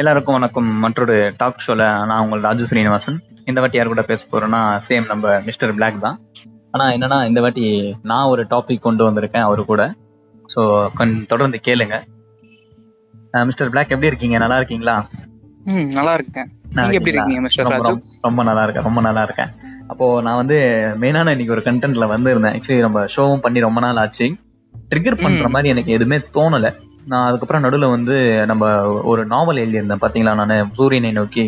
எல்லாருக்கும் வணக்கம் மற்றொரு டாக் ஷோல நான் உங்கள் ராஜு ஸ்ரீனிவாசன் இந்த வாட்டி யார் கூட பேச போறேன்னா சேம் நம்ம மிஸ்டர் பிளாக் தான் ஆனா என்னன்னா இந்த வாட்டி நான் ஒரு டாபிக் கொண்டு வந்திருக்கேன் அவரு கூட ஸோ தொடர்ந்து கேளுங்க அஹ் மிஸ்டர் பிளாக் எப்படி இருக்கீங்க நல்லா இருக்கீங்களா ம் நல்லா இருக்கேன் நல்லா நீங்க எப்படி இருக்கீங்களா? இருக்கீங்க மிஸ்டர் ரொம்ப- ராஜு ரொம்ப- ரொம்ப நல்லா இருக்கேன் ரொம்ப நல்லா இருக்கேன் அப்போ நான் வந்து மெயினான இன்னைக்கு ஒரு கண்டென்ட்ல வந்து இருந்தேன் ஆக்சுவலி நம்ம ஷோவும் பண்ணி ரொம்ப நாள் ஆச்சு ட்ரிகர் பண்ற ம். மாதிரி எனக்கு எதுவுமே தோணல நான் அதுக்கப்புறம் நடுவுல வந்து நம்ம ஒரு நாவல் எழுதியிருந்தேன் பாத்தீங்களா நான் சூரியனை நோக்கி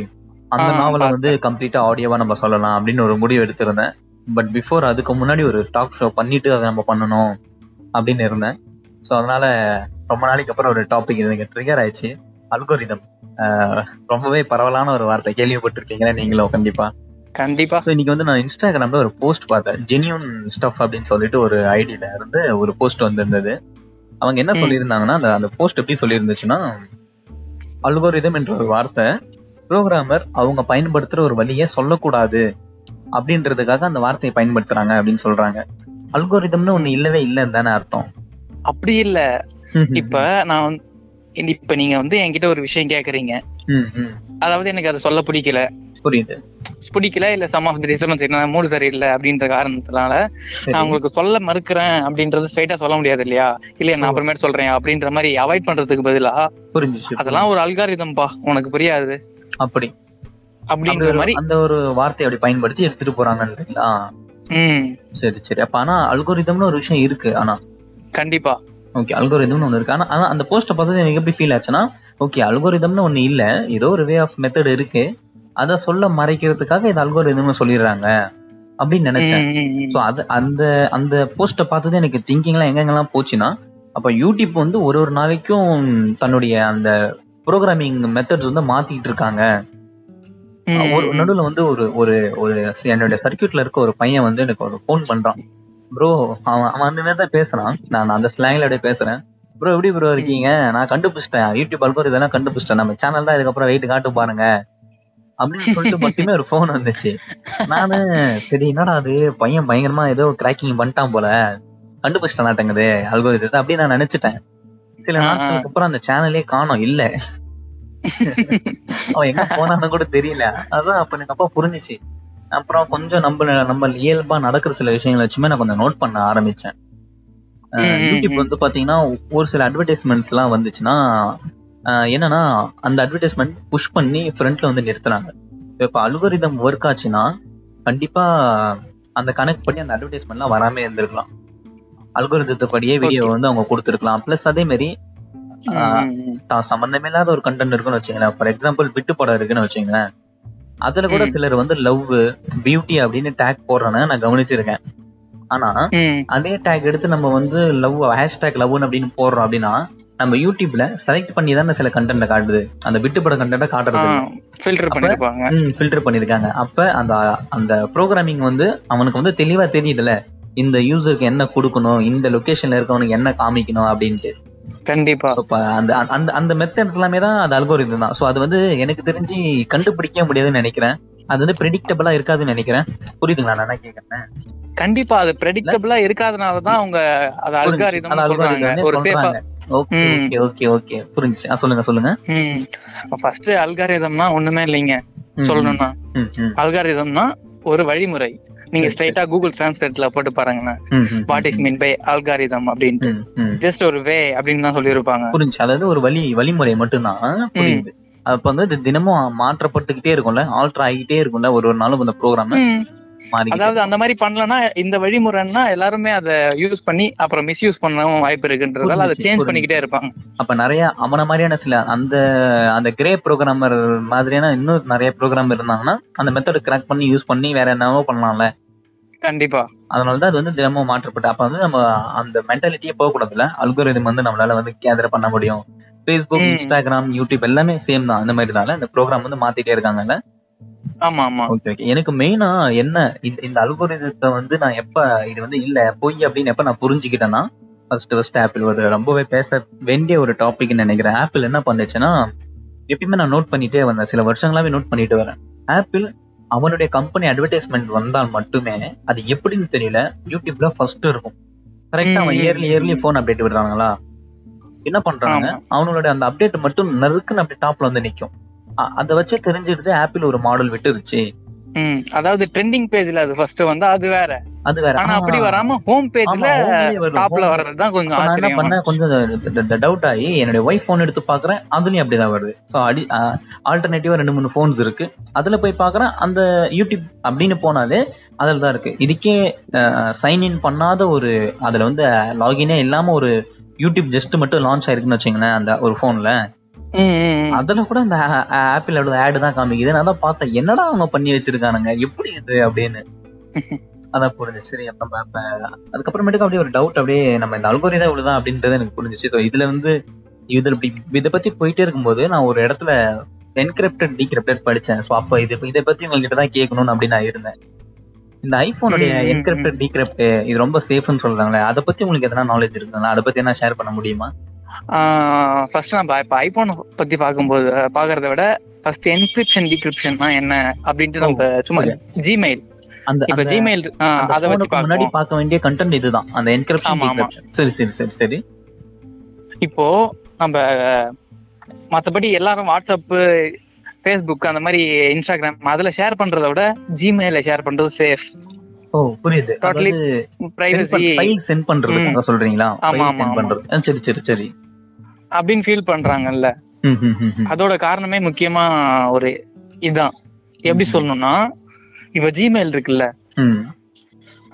அந்த ஆ, நாவலை வந்து கம்ப்ளீட்டா ஆடியோவா நம்ம சொல்லலாம் அப்படின்னு ஒரு முடிவு எடுத்திருந்தேன் பட் பிஃபோர் அதுக்கு முன்னாடி ஒரு டாக் ஷோ பண்ணிட்டு அதை நம்ம பண்ணணும் அப்படின்னு இருந்தேன் ஸோ அதனால ரொம்ப நாளைக்கு அப்புறம் ஒரு டாபிக் எனக்கு ட்ரிகர் ஆயிடுச்சு அல்கோரிதம் ரொம்பவே பரவலான ஒரு வார்த்தை கேள்விப்பட்டிருக்கீங்களா நீங்களும் கண்டிப்பா கண்டிப்பா ஸோ இன்னைக்கு வந்து நான் இன்ஸ்டாகிராம்ல ஒரு போஸ்ட் பார்த்தேன் ஜெனியூன் ஸ்டஃப் அப்படின்னு சொல்லிட்டு ஒரு ஐடியில இருந்து ஒரு போஸ்ட் வந்திருந்தது அவங்க என்ன ம். சொல்லியிருந்தாங்கன்னா அந்த- அந்த போஸ்ட் எப்படி சொல்லியிருந்துச்சுன்னா அல்கோரிதம் என்ற ஒரு வார்த்தை ப்ரோக்ராமர் அவங்க பயன்படுத்துற ஒரு வழியை சொல்லக்கூடாது அப்படின்றதுக்காக அந்த வார்த்தையை பயன்படுத்துறாங்க அப்படின்னு சொல்றாங்க அல்கோரிதம்னு ஒண்ணு இல்லவே இல்லைன்னு தானே அர்த்தம் அப்படி இல்ல இப்ப நான் வந்து- இப்ப நீங்க வந்து என்கிட்ட ஒரு விஷயம் கேக்குறீங்க ம், ம். அதாவது எனக்கு அதை சொல்ல பிடிக்கல புரியுது பிடிக்கல இல்ல சம் ஆஃப் தி ரீசன் தெரியல மூடு சரியில்லை அப்படின்ற காரணத்தினால நான் சரி உங்களுக்கு சொல்ல மறுக்கிறேன் அப்படின்றது ஸ்ட்ரைட்டா சொல்ல முடியாது இல்லையா இல்ல நான் அப்புறமேட்டு சொல்றேன் அப்படின்ற மாதிரி அவாய்ட் பண்றதுக்கு பதிலா புரிஞ்சுச்சு அதெல்லாம் ஒரு அல்காரிதம் பா உனக்கு புரியாது அப்படி அப்படின்ற அந்த- மாதிரி அந்த ஒரு வார்த்தையை அப்படி பயன்படுத்தி எடுத்துட்டு போறாங்கன்றீங்களா ம் சரி சரி அப்ப ஆனா அல்கோரிதம்னு ஒரு விஷயம் இருக்கு ஆனா கண்டிப்பா ஓகே அல்கோரிதம்னு ஒன்று இருக்கு ஆனா ஆனா அந்த போஸ்ட்டை பார்த்தது எனக்கு எப்படி ஃபீல் ஆச்சுன்னா ஓகே அல்கோரிதம்னு ஒன்று இல்ல ஏதோ ஒரு வே ஆஃப் மெத்தட் இருக்கு அதை சொல்ல மறைக்கிறதுக்காக இது அல்கோரிதம்னு சொல்லிடுறாங்க அப்படின்னு நினைச்சேன் ம், ம், ம். ஸோ அது அந்த அந்த போஸ்ட்டை பார்த்தது எனக்கு திங்கிங்லாம் எங்கெங்கெல்லாம் போச்சுன்னா அப்போ யூடியூப் வந்து ஒரு ஒரு நாளைக்கும் தன்னுடைய அந்த ப்ரோக்ராமிங் மெத்தட்ஸ் வந்து மாத்திட்டு இருக்காங்க ம், ம், ஒரு ம். நடுவுல வந்து ஒரு ஒரு ஒரு சி- என்னோட சர்க்கியூட்ல இருக்க ஒரு பையன் வந்து எனக்கு ஒரு ஃபோன் பண்றான் ப்ரோ அவன் அவன் அந்த மாதிரி தான் பேசுறான் நான் அந்த ஸ்லாங்ல அப்படியே பேசுறேன் ப்ரோ எப்படி ப்ரோ இருக்கீங்க நான் கண்டுபிடிச்சிட்டேன் யூடியூப் அல்கோர் இதெல்லாம் கண்டுபிடிச்சிட்டேன் நம்ம சேனல் தான் இதுக்கப்புறம் வெயிட் காட்டு பாருங்க அப்படின்னு சொல்லிட்டு மட்டுமே ஒரு ஃபோன் வந்துச்சு நானு சரி என்னடா அது பையன் பயங்கரமா ஏதோ கிராக்கிங் பண்ணிட்டான் போல கண்டுபிடிச்சிட்டான் நாட்டங்குது அல்கோர் இது அப்படி நான் நினைச்சிட்டேன் சில ஆ, ஆ. நாட்களுக்கு அப்புறம் அந்த சேனலே காணோம் இல்ல அவன் எங்க போனான்னு கூட தெரியல அதான் அப்ப எனக்கு அப்பா புரிஞ்சுச்சு அப்புறம் கொஞ்சம் நம்ம நம்ம இயல்பா நடக்கிற சில விஷயங்களை வச்சுமே நான் கொஞ்சம் நோட் பண்ண ஆரம்பிச்சேன் ம், ம், யூடியூப் ம். வந்து பாத்தீங்கன்னா ஒரு சில அட்வர்டைஸ்மெண்ட்ஸ் எல்லாம் வந்துச்சுன்னா அஹ், என்னன்னா அந்த அட்வர்டைஸ்மெண்ட் புஷ் பண்ணி ஃப்ரண்ட்ல வந்து நிறுத்துறாங்க இப்ப அலுகரிதம் ஒர்க் ஆச்சுன்னா கண்டிப்பா அந்த கனெக்ட் பண்ணி அந்த அட்வர்டைஸ்மெண்ட்லாம் வராம இருந்திருக்கலாம் அல்கோரிதத்துப்படியே வீடியோ வந்து அவங்க கொடுத்துருக்கலாம் ப்ளஸ் அதே மாதிரி ம், ம், ம். தான் சம்பந்தமே இல்லாத ஒரு கண்டென்ட் இருக்குன்னு வச்சுங்களேன் ஃபார் எக்ஸாம்பிள் விட்டு படம் இருக்குன்னு வச்சுங்களேன் அதுல கூட ம். சிலர் வந்து லவ் பியூட்டி அப்படின்னு டேக் போடுறானு நான் கவனிச்சிருக்கேன் ஆனா ம். அதே டேக் எடுத்து நம்ம வந்து லவ் ஹேஷ்டேக் லவ்னு அப்படின்னு போடுறோம் அப்படின்னா நம்ம யூடியூப்ல செலக்ட் பண்ணி தானே சில கண்டென்ட் காட்டுது அந்த விட்டு படம் கண்டென்ட்டை ஆ, காட்டுறது filter பண்ணிருப்பாங்க ஃபில்டர் பண்ணிருக்காங்க அப்ப அந்த அந்த ப்ரோக்ராமிங் வந்து அவனுக்கு வந்து தெளிவா தெரியுதுல இந்த யூசருக்கு என்ன கொடுக்கணும் இந்த லொகேஷன்ல இருக்கவனுக்கு என்ன காமிக்கணும் அப்படின்ட்டு கண்டிப்பா So, இப்ப அந்த அந்த அந்த மெத்தட்ஸ் எல்லாமே தான் அது அல்கோரிதம் தான் ஸோ அது வந்து எனக்கு தெரிஞ்சு கண்டுபிடிக்க முடியாதுன்னு நினைக்கிறேன் அது வந்து ப்ரெடிக்டபிளா இருக்காதுன்னு நினைக்கிறேன் புரியுதுங்களா நான் என்ன கேக்குறேன் கண்டிப்பா அது ப்ரெடிக்டபிளா இருக்காதனால தான் அவங்க அது அல்காரிதம் அது சொல்றாங்க algorithm ஒரு சேஃபா சொல்றாங்க ஓகே ம். ஓகே ஓகே ஓகே புரிஞ்சுச்சு ஆ, சொல்லுங்க சொல்லுங்க ம் ஃபர்ஸ்ட் அல்காரிதம்னா ஒண்ணுமே இல்லைங்க ம், சொல்லணும்னா ம், ம், அல்காரிதம்னா ஒரு வழிமுறை நீங்க சரி, ஸ்ட்ரைட்டா கூகுள் டிரான்ஸ்லேட்ல போட்டு பாருங்களேன் ம், ம், what is mean by algorithm அப்படின்ட்டு ம், ம். ஜஸ்ட் ஒரு வே அப்படின்னு தான் சொல்லியிருப்பாங்க புரிஞ்சுச்சு அதாவது ஒரு வழி வழிமுறை மட்டும்தான் புரியுது அப்ப வந்து இது தினமும் மாற்றப்பட்டுக்கிட்டே இருக்கும்ல ஆல்டர் ஆகிட்டே இருக்கும்ல ஒரு ஒரு நாளும் அந்த ப்ரோக்ராம் ம். மாறி அதாவது அந்த மாதிரி பண்ணலன்னா இந்த வழிமுறைன்னா எல்லாருமே அத யூஸ் பண்ணி அப்புறம் மிஸ்யூஸ் பண்ணவும் வாய்ப்பு இருக்குன்றதால அதை புரிஞ்சுச்சு, சேஞ்ச் புரிஞ்சுச்சு. பண்ணிக்கிட்டே இருப்பாங்க அப்ப நிறைய அவன மாதிரியான சில அந்த அந்த கிரே ப்ரோக்ராமர் மாதிரியான இன்னும் நிறைய ப்ரோக்ராம் இருந்தாங்கன்னா அந்த மெத்தட் கிராக் பண்ணி யூஸ் பண்ணி வேற என்னவோ பண்ணலாம்ல கண்டிப்பா அதனால தான் அது வந்து தினமும் மாற்றப்பட்டு அப்ப வந்து நம்ம அந்த மென்டாலிட்டியே போகக்கூடாதுல அல்கோரிதம் வந்து நம்மளால வந்து கேதர் பண்ண முடியும் ஃபேஸ்புக் ம். இன்ஸ்டாகிராம் யூடியூப் எல்லாமே சேம் தான் அந்த மாதிரி தான் இந்த ப்ரோக்ராம் வந்து மாத்திட்டே இருக்காங்கல்ல ஆமா ஆமா ஓகே ஓகே எனக்கு மெயினா என்ன இந்த இந்த அல்கோரிதத்தை வந்து நான் எப்ப இது வந்து இல்ல பொய் அப்படின்னு எப்ப நான் புரிஞ்சுக்கிட்டேன்னா ஃபர்ஸ்ட் ஃபர்ஸ்ட் ஆப்பிள் ஒரு ரொம்பவே பேச வேண்டிய ஒரு டாபிக்னு நினைக்கிறேன் ஆப்பிள் என்ன பண்ணுச்சுன்னா எப்பயுமே நான் நோட் பண்ணிட்டே வந்தேன் சில வருஷங்களாவே நோட் பண்ணிட்டு வரேன் ஆப்பிள் அவனுடைய கம்பெனி அட்வர்டைஸ்மெண்ட் வந்தால் மட்டுமே அது எப்படின்னு தெரியல யூடியூப்ல ஃபர்ஸ்ட் இருக்கும் கரெக்டா அவன் ம். இயர்லி இயர்லி ஃபோன் அப்டேட் விடுறாங்களா என்ன பண்றாங்க ஆமா. அவங்களோட அந்த அப்டேட் மட்டும் நறுக்குன்னு அப்படி டாப்ல வந்து நிக்கும் அ- அதை வச்சு தெரிஞ்சிடுது ஆப்பிள் ஒரு மாடல் விட்டுருச்சு ம் அதாவது ட்ரெண்டிங் பேஜ்ல அது ஃபர்ஸ்ட் வந்து அது வேற அது வேற ஆனா ஆ, அப்படி வராம ஹோம் பேஜ்ல ஆமா, home லயே வரும். டாப்ல Home- வர்றதுதான் கொஞ்சம் அப்ப நான் என்ன ஆச்சரியம் பண்ணேன் கொஞ்சம் டவுட் ஆகி என்னுடைய ஒய்ஃப் போன் எடுத்து பாக்குறேன் அதுலயும் அப்படிதான் வருது ஸோ அடி ஆல்டர்னேட்டிவா ரெண்டு மூணு போன்ஸ் இருக்கு அதுல போய் பாக்குறேன் அந்த யூடியூப் அப்படின்னு போனாலே அதுல தான் இருக்கு இதுக்கே சைன் இன் பண்ணாத ஒரு அதுல வந்து லாகினே இல்லாம ஒரு யூடியூப் ஜஸ்ட் மட்டும் லான்ச் ஆயிருக்குன்னு வச்சுங்களேன் அந்த ஒரு போன்ல ம், ம், ம். அதுல கூட அந்த ஆப்பிளோட ஆடு தான் காமிக்குது நான் தான் பார்த்தேன் என்னடா அவங்க பண்ணி வச்சிருக்கானுங்க எப்படி இது அப்படின்னு அதான் புரிஞ்சுச்சு சரி அப்ப அப்ப அதுக்கப்புறமேட்டுக்கு அப்படியே ஒரு டவுட் அப்படியே நம்ம இந்த அல்கோரி தான் இவ்வளவுதான் அப்படின்றது எனக்கு புரிஞ்சுச்சு ஸோ இதுல வந்து இதுல இப்படி இதை பத்தி போயிட்டே இருக்கும்போது நான் ஒரு இடத்துல என்கிரிப்டட் டீகிரிப்டட் படிச்சேன் ஸோ அப்ப இது இதை பத்தி உங்ககிட்ட தான் கேட்கணும்னு அப்படின்னு நான் இருந்தேன் இந்த ஐபோனுடைய ம், ம், ம். என்கிரிப்டட் டீகிரிப்ட் இது ரொம்ப சேஃப்னு சொல்றாங்களே அதை பத்தி உங்களுக்கு எதனா நாலேஜ் இருக்குங்களா அதை பத்தி என்ன ஷேர் பண்ண முடியுமா ஃபர்ஸ்ட் நம்ம இப்ப ஐபோன் பத்தி பார்க்கும்போது பாக்குறத விட ஃபர்ஸ்ட் என்கிரிப்ஷன் டிகிரிப்ஷன்னா என்ன அப்படின்ட்டு நம்ம சும்மா ஜிமெயில் அந்த இப்ப அந்த- ஜிமெயில் அந்த அத வச்சு phoneக்கு முன்னாடி பார்ப்போம் பார்க்க வேண்டிய கண்டென்ட் இதுதான் அந்த என்கிரிப்ஷன் ஆமா, ஆமா. சரி சரி சரி சரி இப்போ நம்ம அஹ், மத்தபடி எல்லாரும் வாட்ஸ்அப் ஃபேஸ்புக் அந்த மாதிரி இன்ஸ்டாகிராம் அதுல ஷேர் பண்றத விட ஜிமெயில ஷேர் பண்றது சேஃப் ஓ புரியுது Totally பிரைவசி ஃபைல் சென்ட் பண்றதுக்காக சொல்றீங்களா ஆமா, ஃபைல் ஆமா, சென்ட் ஆமா. பண்றது ஆ, சரி சரி சரி அப்படின்னு ஃபீல் பண்றாங்கல்ல ம், ம், ம், ம். அதோட காரணமே முக்கியமா ஒரு இதான் எப்படி சொல்லணும்னா இப்ப ஜிமெயில் இருக்குல்ல ம்,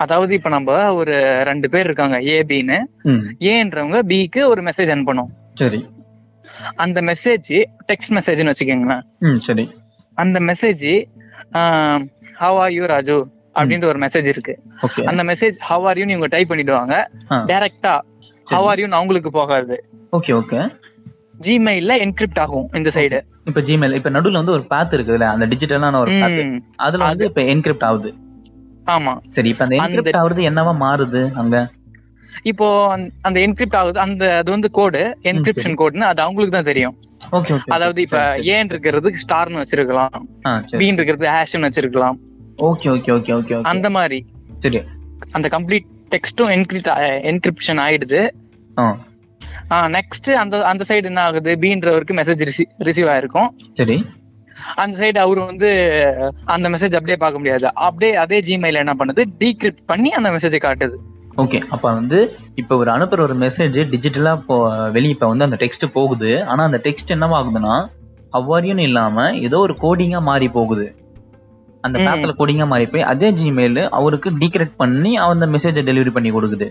அதாவது இப்ப நம்ம ஒரு ரெண்டு பேர் இருக்காங்க ஏபின்னு ம். ஏன்றவங்க பிக்கு ஒரு மெசேஜ் அனுப்பணும் சரி அந்த மெசேஜ் டெக்ஸ்ட் மெசேஜ்னு வச்சுக்கோங்களேன் ம் சரி அந்த message how are you Raju அப்படின்ற ஒரு மெசேஜ் இருக்கு ஓகே அந்த மெசேஜ் ஹவ் ஆர் யூன்னு இவங்க டைப் பண்ணிடுவாங்க ஆ. டைரக்டா ஹவ் ஆர் யூன்னு அவங்களுக்கு போகாது ஓகே ஓகே ஜிமெயில்ல என்கிரிப்ட் ஆகும் இந்த சைடு இப்ப ஜிமெயில் இப்ப நடுவுல வந்து ஒரு பாத் இருக்குதுல அந்த டிஜிட்டலான ஒரு பாத் அதுல வந்து இப்ப என்கிரிப்ட் ஆகுது ஆமா சரி இப்ப அந்த அந்த- என்கிரிப்ட் ஆகுறது என்னவா மாறுது அங்க இப்போ அந்த- அந்த என்கிரிப்ட் ஆகுது அந்த அது வந்து கோடு என்கிரிப்ஷன் கோடுன்னு அது அவங்களுக்கு தான் தெரியும் ஓகே ஓகே அதாவது இப்ப ஏன் இருக்கிறது ஸ்டார்னு வச்சிருக்கலாம் பீன் இருக்கிறது ஹேஷ்னு வச்சிருக்கலாம் okay okay okay okay okay அந்த மாதிரி சரி அந்த கம்ப்ளீட் டெக்ஸ்டும் என்கிரிப்ட் என்கிரிப்ஷன் ஆயிடுது ஆ நெக்ஸ்ட் அந்த அந்த சைடு என்ன ஆகுது பீன்றவருக்கு மெசேஜ் ரிசீவ் ஆயிருக்கும் சரி அந்த சைடு அவரு வந்து அந்த மெசேஜ் அப்படியே பார்க்க முடியாது அப்படியே அதே ஜிமெயில் என்ன பண்ணுது டீக்ரிப்ட் பண்ணி அந்த மெசேஜை காட்டுது ஓகே அப்ப வந்து இப்ப ஒரு அனுப்புற ஒரு மெசேஜ் டிஜிட்டலா இப்போ வெளியே இப்ப வந்து அந்த டெக்ஸ்ட் போகுது ஆனா அந்த டெக்ஸ்ட் என்னவா ஆகுதுன்னா அவ்வாரியும் இல்லாம ஏதோ ஒரு கோடிங்கா மாறி போகுது அந்த ம். பேத்துல கோடிங்கா மாறி போய் அதே ஜிமெயில் அவருக்கு டீக்ரெட் பண்ணி அவன் அந்த மெசேஜை டெலிவரி பண்ணி கொடுக்குது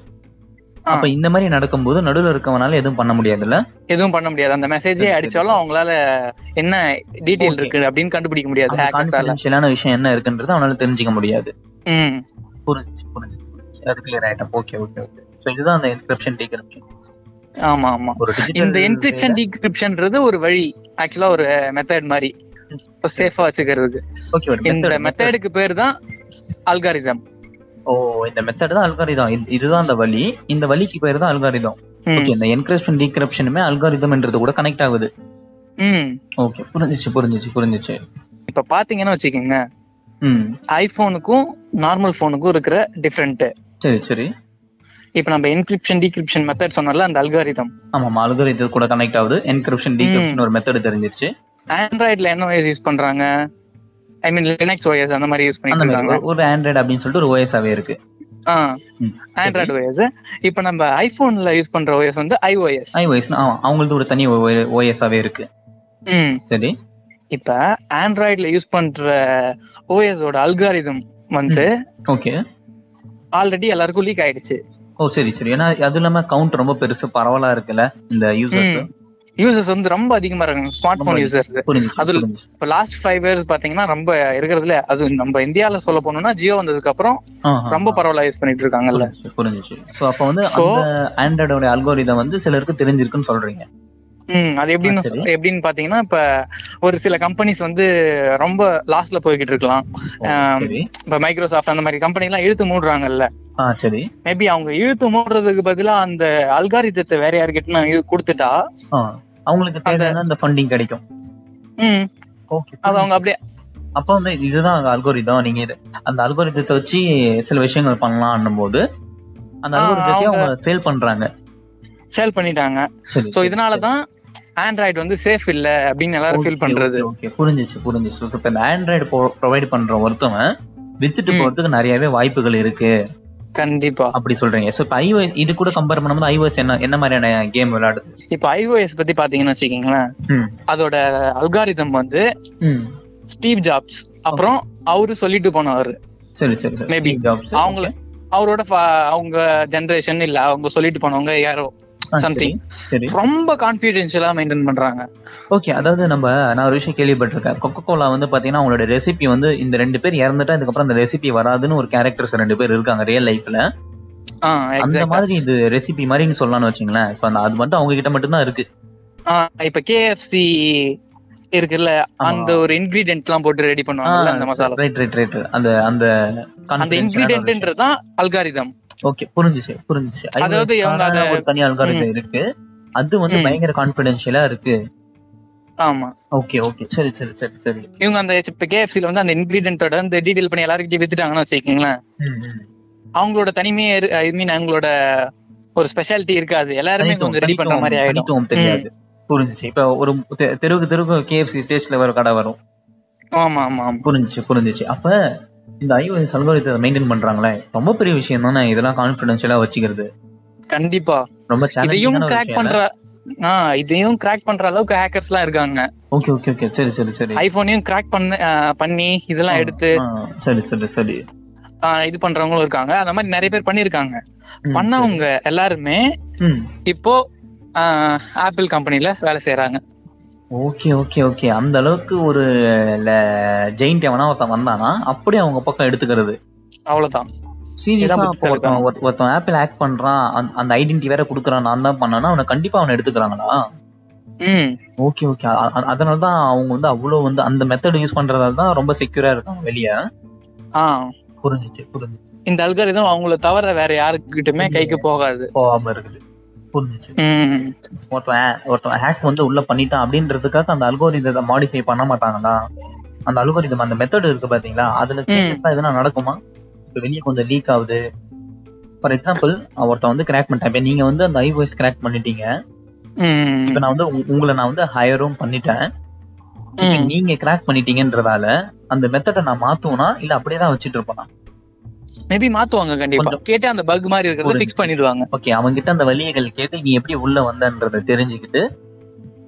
ஆ. அப்ப இந்த மாதிரி நடக்கும்போது நடுவுல இருக்கவனால எதுவும் பண்ண முடியாதுல்ல எதுவும் பண்ண முடியாது அந்த மெசேஜே சரி, சரி, அடிச்சாலும் சரி. அவங்களால என்ன டீடைல் Okay. இருக்கு அப்படின்னு கண்டுபிடிக்க முடியாது அந்த hackers-ஆல. கான்பிடென்ஷியலான விஷயம் என்ன இருக்குன்றது அவனால தெரிஞ்சுக்க முடியாது ம் புரிஞ்சு புரிஞ்சு புரிஞ்சு. அது கிளியர் ஆயிட்டோம் ஓகே ஓகே ஓகே சோ இதுதான் அந்த என்கிரிப்ஷன் டீக்ரிப்ஷன் ஆமா ஆமா ஒரு டிஜிட்டல் இந்த என்கிரிப்ஷன் டீக்ரிப்ஷன்றது ஒரு வழி ஆக்சுவலா ஒரு மெத்தட் மாதிரி சேஃபா வச்சுக்கிறதுக்கு ஓகே ஒரு இந்த method, method. மெத்தடுக்கு பேர் தான் அல்காரிதம் ஓ இந்த மெத்தட் தான் அல்காரிதம் இதுதான் அந்த வழி இந்த வழிக்கு பேர் தான் அல்காரிதம் ஓகே இந்த என்கிரிப்ஷன் டீக்ரிப்ஷனுமே அல்காரிதம்ன்றது கூட கனெக்ட் ஆகுது ஓகே புரிஞ்சுச்சு புரிஞ்சுச்சு புரிஞ்சுச்சு இப்ப பாத்தீங்கன்னா வச்சுக்கோங்க ம் ஐபோனுக்கும் நார்மல் போனுக்கும் இருக்கிற டிஃப்ரெண்ட் சரி சரி இப்ப நம்ம என்கிரிப்ஷன் டீக்ரிப்ஷன் மெத்தட் சொன்னால அந்த அல்காரிதம் ஆமாம் அல்காரிதம் கூட கனெக்ட் ஆகுது என்கிரிப்ஷன் டீக்ரிப்ஷன் ஒரு மெத்தட் தெரிஞ்சிருச்சு ஆண்ட்ராய்டுல என்ன OS யூஸ் பண்றாங்க ஐ மீன் லினக்ஸ் ஓஎஸ் அந்த மாதிரி யூஸ் அந்த பண்ணிட்டு மாதிரி இருக்காங்க ஒரு- ஒரு ஆண்ட்ராய்டு அப்படின்னு சொல்லிட்டு ஒரு ஓஎஸ்ஆவே இருக்கு ஆ ம், சரி. ஆண்ட்ராய்டு ஓஎஸ் இப்ப நம்ம ஐபோன்ல யூஸ் பண்ற ஓஎஸ் வந்து ஐஓஎஸ் iOS னா, ஆமா அவங்களுக்கு ஒரு தனி ஓஎஸ்ஆவே இருக்கு ம் சரி இப்ப ஆண்ட்ராய்டுல யூஸ் பண்ற ஓஎஸ் ஓட அல்காரிதம் வந்து ஓகே ஆல்ரெடி எல்லாருக்கும் லீக் ஆயிடுச்சு ஓ சரி சரி ஏன்னா அது இல்லாம கவுண்ட் ரொம்ப பெருசு பரவலா இருக்குல்ல இந்த யூசர்ஸ் யூசர்ஸ் வந்து ரொம்ப அதிகமா இருக்காங்க ஸ்மார்ட் போன் ரொம்ப யூசர்ஸ் புரிஞ்சுச்சு அதுல- புரிஞ்சுச்சு இப்போ லாஸ்ட் ஃபைவ் இயர்ஸ் பாத்தீங்கன்னா ரொம்ப இருக்கிறதுல அது நம்ம இந்தியால சொல்ல போனோம்னா ஜியோ வந்ததுக்கு அப்புறம் ஆஹ் ஆஹ். ரொம்ப பரவாயில்ல யூஸ் பண்ணிட்டு இருக்காங்கல்ல புரிஞ்சுச்சு, புரிஞ்சுச்சு சோ அப்ப வந்து So- அந்த ஆண்ட்ராய்டோட அல்கோரிதம் வந்து சிலருக்கு தெரிஞ்சிருக்குன்னு சொல்றீங்க ம் அது எப்படின்னு ஆ, சரி. எப்படின்னு பாத்தீங்கன்னா இப்ப ஒரு சில கம்பெனிஸ் வந்து ரொம்ப லாஸ்ட்ல போய்கிட்டு இருக்கலாம் ஓ, ஆம். சரி இப்ப மைக்ரோசாஃப்ட் அந்த மாதிரி கம்பெனி எல்லாம் இழுத்து மூடுறாங்கல்ல ஆ சரி மேபி அவங்க இழுத்து மூடுறதுக்கு பதிலா அந்த அல்காரிதத்தை வேற யாருக்கிட்ட இது கொடுத்துட்டா ஆ, அவங்களுக்கு தேவையான அந்த ஃபண்டிங் கிடைக்கும் ம் ஓகே அது அவங்க அப்படியே அப்ப வந்து இதுதான் அல்கோரிதம் நீங்க இது அந்த அல்கோரிதத்தை வச்சு சில விஷயங்கள் பண்ணலாம்னும் போது அந்த ஆ, அல்கோரிதத்தை அவங்க சேல் பண்றாங்க சேல் பண்ணிட்டாங்க சரி சோ இதனாலதான் ஆண்ட்ராய்டு வந்து சேஃப் இல்ல அப்படின்னு எல்லாரும் ஃபீல் பண்றது ஓகே புரிஞ்சிச்சு புரிஞ்சிச்சு So, இப்ப இந்த ஆண்ட்ராய்டு ப்ரொவைட் பண்ற ஒருத்தவன் வித்துட்டு ம். போறதுக்கு நிறையவே வாய்ப்புகள் இருக்கு கண்டிப்பா அப்படி சொல்றீங்க சோ இப்ப iOS இது கூட கம்பேர் பண்ணும்போது iOS என்ன என்ன மாதிரியான கேம் விளையாடுது இப்ப ஐஓஎஸ் பத்தி பாத்தீங்கன்னு வச்சுக்கீங்களேன் ம். அதோட அல்காரிதம் வந்து ம். ஸ்டீவ் ஜாப்ஸ் அப்புறம் அவரு சொல்லிட்டு போனவரு சரி சரி சரி Maybe. Steve Jobs. அவங்கள அவரோட fa- அவங்க ஜெனரேஷன் இல்ல அவங்க சொல்லிட்டு போனவங்க யாரோ ஆ, சரி, something. சரி ரொம்ப கான்பிடென்ஷியலா மெயின்டைன் பண்றாங்க ஓகே அதாவது நம்ம நான் ஒரு விஷயம் கேள்விப்பட்டிருக்கேன் கொக்கோ கோலா வந்து பாத்தீங்கன்னா அவங்களோட ரெசிபி வந்து இந்த ரெண்டு பேர் இறந்துட்டா இதுக்கப்புறம் அந்த ரெசிபி வராதுன்னு ஒரு கேரக்டர்ஸ் ரெண்டு பேர் இருக்காங்க ரியல் லைஃப்ல ஆ, அந்த exact. மாதிரி இது ரெசிபி மாதிரின்னு சொல்லலாம்னு வச்சுங்களேன் இப்ப அந்த- அது மட்டும் அவங்க கிட்ட மட்டும்தான் இருக்கு ஆ, இப்ப கேஎஃப்சி இருக்குல்ல ஆமா. அந்த ஒரு இன்கிரீடியன்ட் எல்லாம் போட்டு ரெடி பண்ணுவாங்கல்ல அந்த மசாலா ரைட் ரைட் ரைட் அந்த அந்த அந்த இன்கிரீடியன்ட்ன்றதுதான் அல்காரிதம் ஓகே புரிஞ்சுச்சு புரிஞ்சுச்சு அதாவது அதாவது இவங்க அத- ஒரு தனி அல்காரிதம் இருக்கு அது வந்து ம். பயங்கர கான்பிடென்ஷியலா இருக்கு ஆமா ஓகே ஓகே சரி சரி சரி சரி இவங்க அந்த இப்ப கேஎஃப்சில வந்து அந்த இன்கிரீடியன்ட்டோட அந்த டீடைல் பண்ணி எல்லாருக்கிட்டையும் வித்துட்டாங்கன்னு வச்சுக்கீங்களேன் ம், ம். அவங்களோட தனிமையே ஐ மீன் அவங்களோட ஒரு ஸ்பெஷாலிட்டி இருக்காது எல்லாருமே தனித்துவம், கொஞ்சம் ரெடி பண்ற மாதிரி தனித்துவம், ஆயிடும் தனித்துவம் தெரியாது புரிஞ்சுச்சு இப்ப ஒரு தெ- தெருவுக்கு தெருவுக்கு கேஎஃப்சி ஸ்டேஜ்ல ஒரு கடை வரும் ஆமா ஆமா ஆமா புரிஞ்சுச்சு புரிஞ்சுச்சு அப்ப இந்த ஐஓஎஸ் அல்காரிதத்தை மெயின்டைன் பண்றாங்களே ரொம்ப பெரிய விஷயம் தானே இதெல்லாம் கான்பிடென்ஷியலா வச்சுக்கிறது கண்டிப்பா ரொம்ப இதையும் சேலஞ்சிங்கான கிராக் விஷயம் பண்ற ஆ இதையும் கிராக் பண்ற அளவுக்கு ஹேக்கர்ஸ் எல்லாம் இருக்காங்க ஓகே ஓகே ஓகே சரி சரி சரி ஐபோனையும் கிராக் பண்ண ஆ, பண்ணி இதெல்லாம் எடுத்து ஆ, சரி சரி சரி ஆ, இது பண்றவங்களும் இருக்காங்க அந்த மாதிரி நிறைய பேர் பண்ணிருக்காங்க ம், பண்ணவங்க எல்லாருமே ம். இப்போ ஆப்பிள் கம்பெனில வேலை செய்யறாங்க ஓகே ஓகே ஓகே அந்த அளவுக்கு ஒரு ஜெயிண்ட் எவனா ஒருத்தன் வந்தானா அப்படியே அவங்க பக்கம் எடுத்துக்கிறது அவ்வளவுதான் சீரியஸா இதான் அப்ப ஒருத்தன் ஒருத்த- ஒருத்தன் ஆப்பிள் ஹேக் பண்றான் அந்த- அந்த ஐடென்டி வேற குடுக்கறான் நான் தான் பண்ணானா அவனை கண்டிப்பா அவனை எடுத்துக்கிறாங்களா ம் ஓகே ஓகே அதனால தான் அவங்க வந்து அவ்வளவு வந்து அந்த மெத்தட் யூஸ் பண்றதால தான் ரொம்ப செக்யூரா இருக்காங்க வெளியே ஆ புரிஞ்சுச்சு புரிஞ்சுச்சு இந்த அல்காரிதம் அவங்கள தவிர வேற யாருக்கிட்டுமே கைக்கு போகாது போகாம இருக்குது புரிஞ்சுச்சு ம் ஒருத்தன் ha- ஒருத்தன் ஹேக் வந்து உள்ள பண்ணிட்டான் அப்படின்றதுக்காக அந்த அல்கோரிதத்தை மாடிஃபை பண்ண மாட்டாங்களா அந்த அல்கோரிதம் அந்த மெத்தட் இருக்கு பாத்தீங்களா அதுல சேஞ்சஸ் எதுனா நடக்குமா இப்ப வெளியே கொஞ்சம் லீக் ஆகுது ஃபார் எக்ஸாம்பிள் ஒருத்தன் வந்து கிராக் பண்ணிட்டேன் இப்ப நீங்க வந்து அந்த ஐவாய்ஸ் கிராக் பண்ணிட்டீங்க ம் இப்ப நான் வந்து உ- உங்களை நான் வந்து ஹையரும் பண்ணிட்டேன் இப்ப ம். நீங்க கிராக் பண்ணிட்டீங்கன்றதால அந்த மெத்தடை நான் மாத்துவேனா இல்ல அப்படியே தான் வச்சிட்டு இருப்பேனா மேபி மாத்துவாங்க கண்டிப்பா கேட்டு அந்த பக் மாதிரி இருக்கிறத புரிஞ்சு. ஃபிக்ஸ் பண்ணிடுவாங்க ஓகே அவங்க கிட்ட அந்த வழியைகள் கேட்டு நீ எப்படி உள்ள வந்தன்றத தெரிஞ்சுக்கிட்டு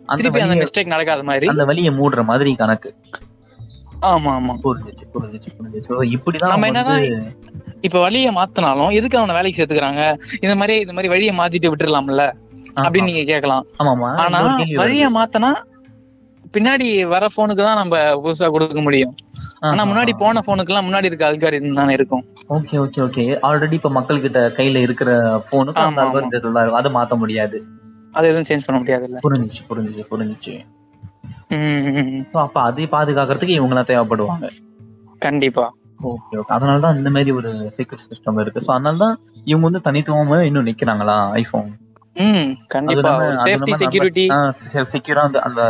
அந்த திருப்பி அந்த வழிய- மிஸ்டேக் நடக்காத மாதிரி அந்த வழியை மூடுற மாதிரி கணக்கு ஆமா ஆமா புரிஞ்சுச்சு புரிஞ்சுச்சு புரிஞ்சுச்சு So, இப்படிதான் நம்ம அவங்க என்னதான் வந்து- இப்ப வழியை மாத்தினாலும் எதுக்கு அவனை வேலைக்கு சேர்த்துக்கிறாங்க இந்த மாதிரி இந்த மாதிரி வழியை மாத்திட்டு விட்டுறலாம்ல ஆமா, அப்படின்னு நீங்க கேட்கலாம் ஆமாமா ஆனா இன்னொரு கேள்வி வருது. வழியை மாத்தினா பின்னாடி வர போனுக்கு தான் நம்ம புதுசா கொடுக்க முடியும் ஆனா ஆஹா. முன்னாடி போன போனுக்கு எல்லாம் முன்னாடி இருக்க அல்காரிதம் தானே இருக்கும் ஓகே ஓகே ஓகே ஆல்ரெடி இப்ப மக்கள் கிட்ட கையில இருக்கிற போனுக்கு ஆமா, அந்த ஆமா. அல்காரிதத்துல தான் இருக்கும் அதை மாத்த முடியாது அது எதுவும் சேஞ்ச் பண்ண முடியாது இல்ல புரிஞ்சுச்சு புரிஞ்சுச்சு புரிஞ்சுச்சு So, அப்ப அதை பாதுகாக்கிறதுக்கு இவங்களாம் தேவைப்படுவாங்க கண்டிப்பா ஓகே ஓகே அதனாலதான் இந்த மாதிரி ஒரு சீக்ரெட் சிஸ்டம் இருக்கு சோ அதனாலதான் இவங்க வந்து தனித்துவமா இன்னும் நிக்கிறாங்களா ஐபோன் ம் கண்டிப்பா சேஃப்டி செக்யூரிட்டி செக்யூரா வந்து அந்த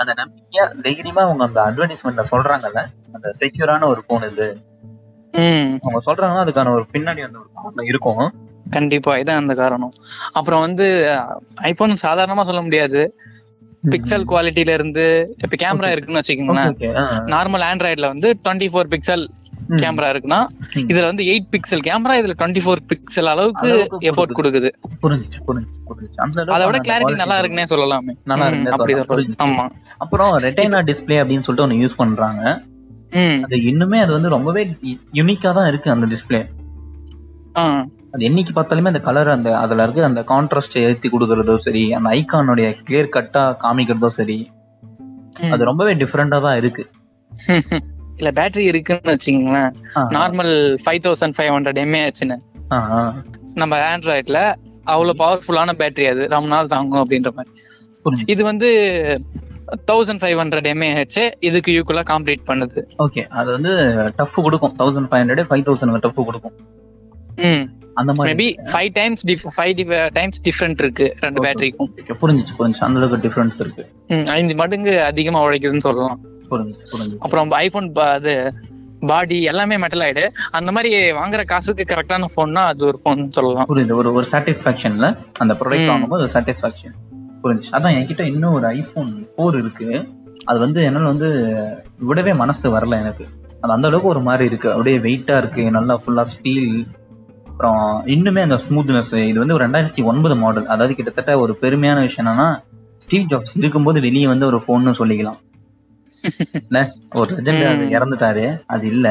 அந்த நம்பிக்கையா தைரியமா அவங்க அந்த அட்வர்டைஸ்மெண்ட்ல சொல்றாங்கல்ல அந்த செக்யூரான ஒரு போன் இது ம் அவங்க சொல்றாங்கன்னா அதுக்கான ஒரு பின்னாடி வந்து ஒரு காரணம் இருக்கும் கண்டிப்பா இதான் அந்த காரணம் அப்புறம் வந்து ஐபோன் சாதாரணமா சொல்ல முடியாது பிக்சல் குவாலிட்டில இருந்து இப்ப கேமரா இருக்குன்னு ஓகே வச்சுக்கோங்களேன் ஓகே நார்மல் ஆண்ட்ராய்டுல வந்து டுவெண்ட்டி ஃபோர் பிக்சல் கேமரா இருக்குன்னா ம். இதுல வந்து எயிட் பிக்சல் கேமரா இதுல டுவெண்ட்டி ஃபோர் பிக்சல் அளவுக்கு அளவுக்கு எஃபோர்ட் கொடுக்குது புரிஞ்சுச்சு புரிஞ்சுச்சு புரிஞ்சுச்சு அந்த அதை அளவுக்கு விட அந்த கிளாரிட்டி quality நல்லா இருக்குன்னே சொல்லலாமே நல்லா ம், இருக்குன்னே அப்படி சொல்லலாம். சொல்லலாம். புரியுது. ஆமா அப்புறம் ரெட்டைனா டிஸ்ப்ளே அப்படின்னு சொல்லிட்டு ஒன்னு யூஸ் பண்றாங்க ம் அது இன்னுமே அது வந்து ரொம்பவே யூனிக்கா தான் இருக்கு அந்த டிஸ்ப்ளே ஆ அது என்னைக்கு பார்த்தாலுமே அந்த கலர் அந்த அதுல இருக்க அந்த கான்ட்ராஸ்ட் ஏத்தி கொடுக்கறதோ சரி அந்த ஐகானுடைய கிளியர் கட்டா காமிக்கிறதோ சரி ம். அது ரொம்பவே டிஃப்ரெண்டா தான் இருக்கு இல்ல பேட்டரி இருக்குன்னு வச்சுக்கோங்களேன் ஆ, normal five thousand five hundred எம்ஏஹெச்னு ஆ, ஆ. நம்ம ஆண்ட்ராய்ட்ல அவ்வளவு பவர்ஃபுல்லான பேட்டரி அது ரொம்ப நாள் தாங்கும் அப்படின்ற மாதிரி புரிஞ்சு இது வந்து தௌசண்ட் ஃபைவ் ஹண்ட்ரட் எம்ஏஹெச் இதுக்கு யூக்குள்ள காம்ப்ளீட் பண்ணுது ஓகே அது வந்து டஃப் கொடுக்கும் thousand five hundred five thousand tough கொடுக்கும் ம் அந்த மாதிரி maybe five times five times different இருக்கு ரெண்டு Okay. பேட்டரிக்கும் இருக்கு. புரிஞ்சுச்சு புரிஞ்சுச்சு அந்த அளவுக்கு டிஃபரன்ஸ் இருக்கு ஐந்து மடங்கு அதிகமா உழைக்குதுன்னு சொல்லலாம் புரிஞ்சுச்சு புரிஞ்சுச்சு அப்புறம் ஐபோன் அது பாடி எல்லாமே மெட்டல் ஆயிடு அந்த மாதிரி வாங்குற காசுக்கு கரெக்டான ஃபோன்னா அது ஒரு ஃபோன் சொல்லலாம் புரியுது ஒரு ஒரு சாட்டிஸ்ஃபேக்ஷன்ல அந்த ப்ராடக்ட் ம். வாங்கும்போது ஒரு சாட்டிஸ்ஃபேக்ஷன் புரிஞ்சுச்சு அதான் என்கிட்ட இன்னும் ஒரு ஐபோன் ஃபோர் இருக்கு அது வந்து என்னால வந்து விடவே மனசு வரல எனக்கு அது அந்த அளவுக்கு ஒரு மாதிரி இருக்கு அப்படியே வெயிட்டா இருக்கு நல்லா ஃபுல்லா ஸ்டீல் அப்புறம் இன்னுமே அந்த ஸ்மூத்னஸ் இது வந்து ஒரு ரெண்டாயிரத்தி ஒன்பது மாடல் அதாவது கிட்டத்தட்ட ஒரு பெருமையான விஷயம் என்னன்னா ஸ்டீவ் ஜாப்ஸ் இருக்கும்போது வெளியே வந்து ஒரு ஃபோன்னு சொல்லிக்கலாம் இல்ல ஒரு லெஜெண்ட் ம். இறந்துட்டாரு அது இல்ல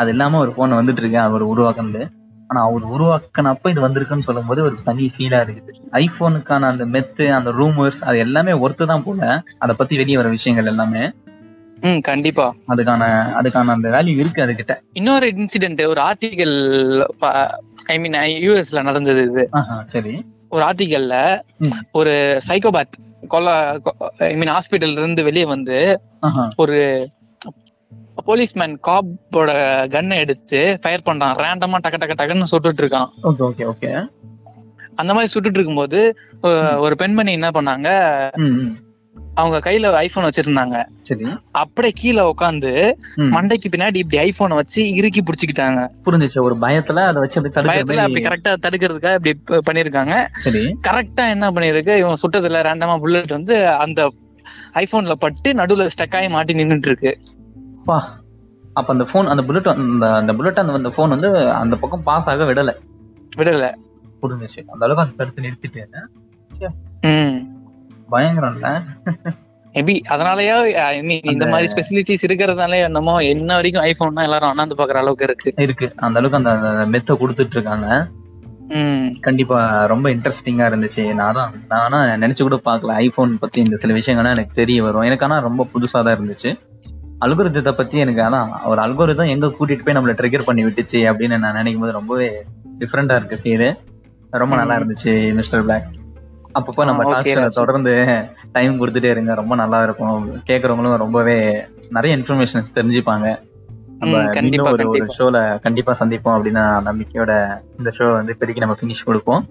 அது இல்லாம ஒரு போன் வந்துட்டு இருக்கு அவர் உருவாக்குனது ஆனா அவர் உருவாக்குனப்ப இது வந்திருக்குன்னு சொல்லும்போது ஒரு தனி ஃபீலா இருக்குது ஐபோனுக்கான அந்த மெத்து அந்த ரூமர்ஸ் அது எல்லாமே ஒர்த்து தான் போல அதை பத்தி வெளியே வர விஷயங்கள் எல்லாமே ம் கண்டிப்பா அதுக்கான அதுக்கான அந்த வேல்யூ இருக்கு அதுகிட்ட இன்னொரு இன்சிடென்ட் ஒரு ஆர்டிகல் ஐ மீன் யூஎஸ்ல நடந்தது இது ஆஹா, சரி ஒரு ஆர்டிகல்ல ம். ஒரு சைக்கோபாத் கொலை ஐ மீன் ஹாஸ்பிட்டல்ல இருந்து வெளியே வந்து ஆஹா, ஒரு போலீஸ்மேன் காப்போட கன்னை எடுத்து ஃபயர் பண்றான் ரேண்டமா டக்கு டக்கு டக்குன்னு சுட்டுட்டு இருக்கான் ஓகே ஓகே ஓகே அந்த மாதிரி சுட்டுட்டு இருக்கும்போது அஹ், ஒரு பெண்மணி என்ன பண்ணாங்க ம், ம். அவங்க கையில ஐபோன் வச்சிருந்தாங்க சரி அப்படியே கீழே உட்காந்து ம். மண்டைக்கு பின்னாடி இப்படி ஐபோனை வச்சு இறுக்கி பிடிச்சிக்கிட்டாங்க புரிஞ்சுச்சு ஒரு பயத்துல அதை வச்சு அப்படி பயத்துல தடுக்கிறது அப்படி கரெக்டா தடுக்கிறதுக்காக இப்படி ப- பண்ணிருக்காங்க சரி கரெக்டா என்ன பண்ணிருக்கு இவன் சுட்டதுல ரேண்டமா புல்லட் வந்து அந்த ஐபோன்ல பட்டு நடுவுல ஸ்டக் ஆகி மாட்டி நின்னுட்டு இருக்கு பா அப்ப அந்த போன் அந்த புல்லட் அந்த அந்த புல்லட் அந்த அந்த போன் வந்து அந்த பக்கம் பாஸ் ஆக விடல விடல புரிஞ்சுச்சு அந்த அளவுக்கு அந்த தடுத்து நிறுத்திட்டு உம் பயங்கரம்ல மேபி அதனாலயா I mean, இந்த மாதிரி ஸ்பெசிலிட்டிஸ் இருக்கிறதுனால என்னமோ என்ன வரைக்கும் ஐபோன்னா எல்லாரும் அண்ணாந்து பாக்குற அளவுக்கு இருக்கு இருக்கு அந்த அளவுக்கு அந்த அந்த மெத்த கொடுத்துட்டு இருக்காங்க உம் கண்டிப்பா ரொம்ப இன்ட்ரெஸ்டிங்கா இருந்துச்சு நான் தான் நான் ஆனா நினைச்சு கூட பார்க்கல ஐபோன் பத்தி இந்த சில விஷயங்கள்லாம் எனக்கு தெரிய வரும் எனக்கு ஆனா ரொம்ப புதுசா தான் இருந்துச்சு அல்கோரிதத்தை பத்தி எனக்கு அதான் ஒரு அல்கோரிதம் எங்க கூட்டிட்டு போய் நம்மள ட்ரிகர் பண்ணி விட்டுச்சு அப்படின்னு நான் நினைக்கும் போது ரொம்பவே டிஃப்ரெண்டா இருக்கு ஃபீல் ரொம்ப நல்லா இருந்துச்சு மிஸ்டர் பிளாக் அப்பப்போ நம்ம ஆ, okay, டாக்ஸ்ல ராஜு. தொடர்ந்து டைம் கொடுத்துட்டே இருங்க ரொம்ப நல்லா இருக்கும் கேக்குறவங்களும் ரொம்பவே நிறைய இன்ஃபர்மேஷன் தெரிஞ்சுப்பாங்க நம்ம உம் கண்டிப்பா இன்னும் ஒரு ஒரு கண்டிப்பா ஷோல கண்டிப்பா சந்திப்போம் அப்படின்னு நான் நம்பிக்கையோட இந்த ஷோ வந்து இப்போதைக்கு நம்ம ஃபினிஷ் கொடுப்போம்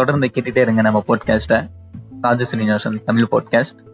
தொடர்ந்து கேட்டுட்டே இருங்க நம்ம பாட்காஸ்ட ராஜஸ்ரீனிவாசன் தமிழ் பாட்காஸ்ட்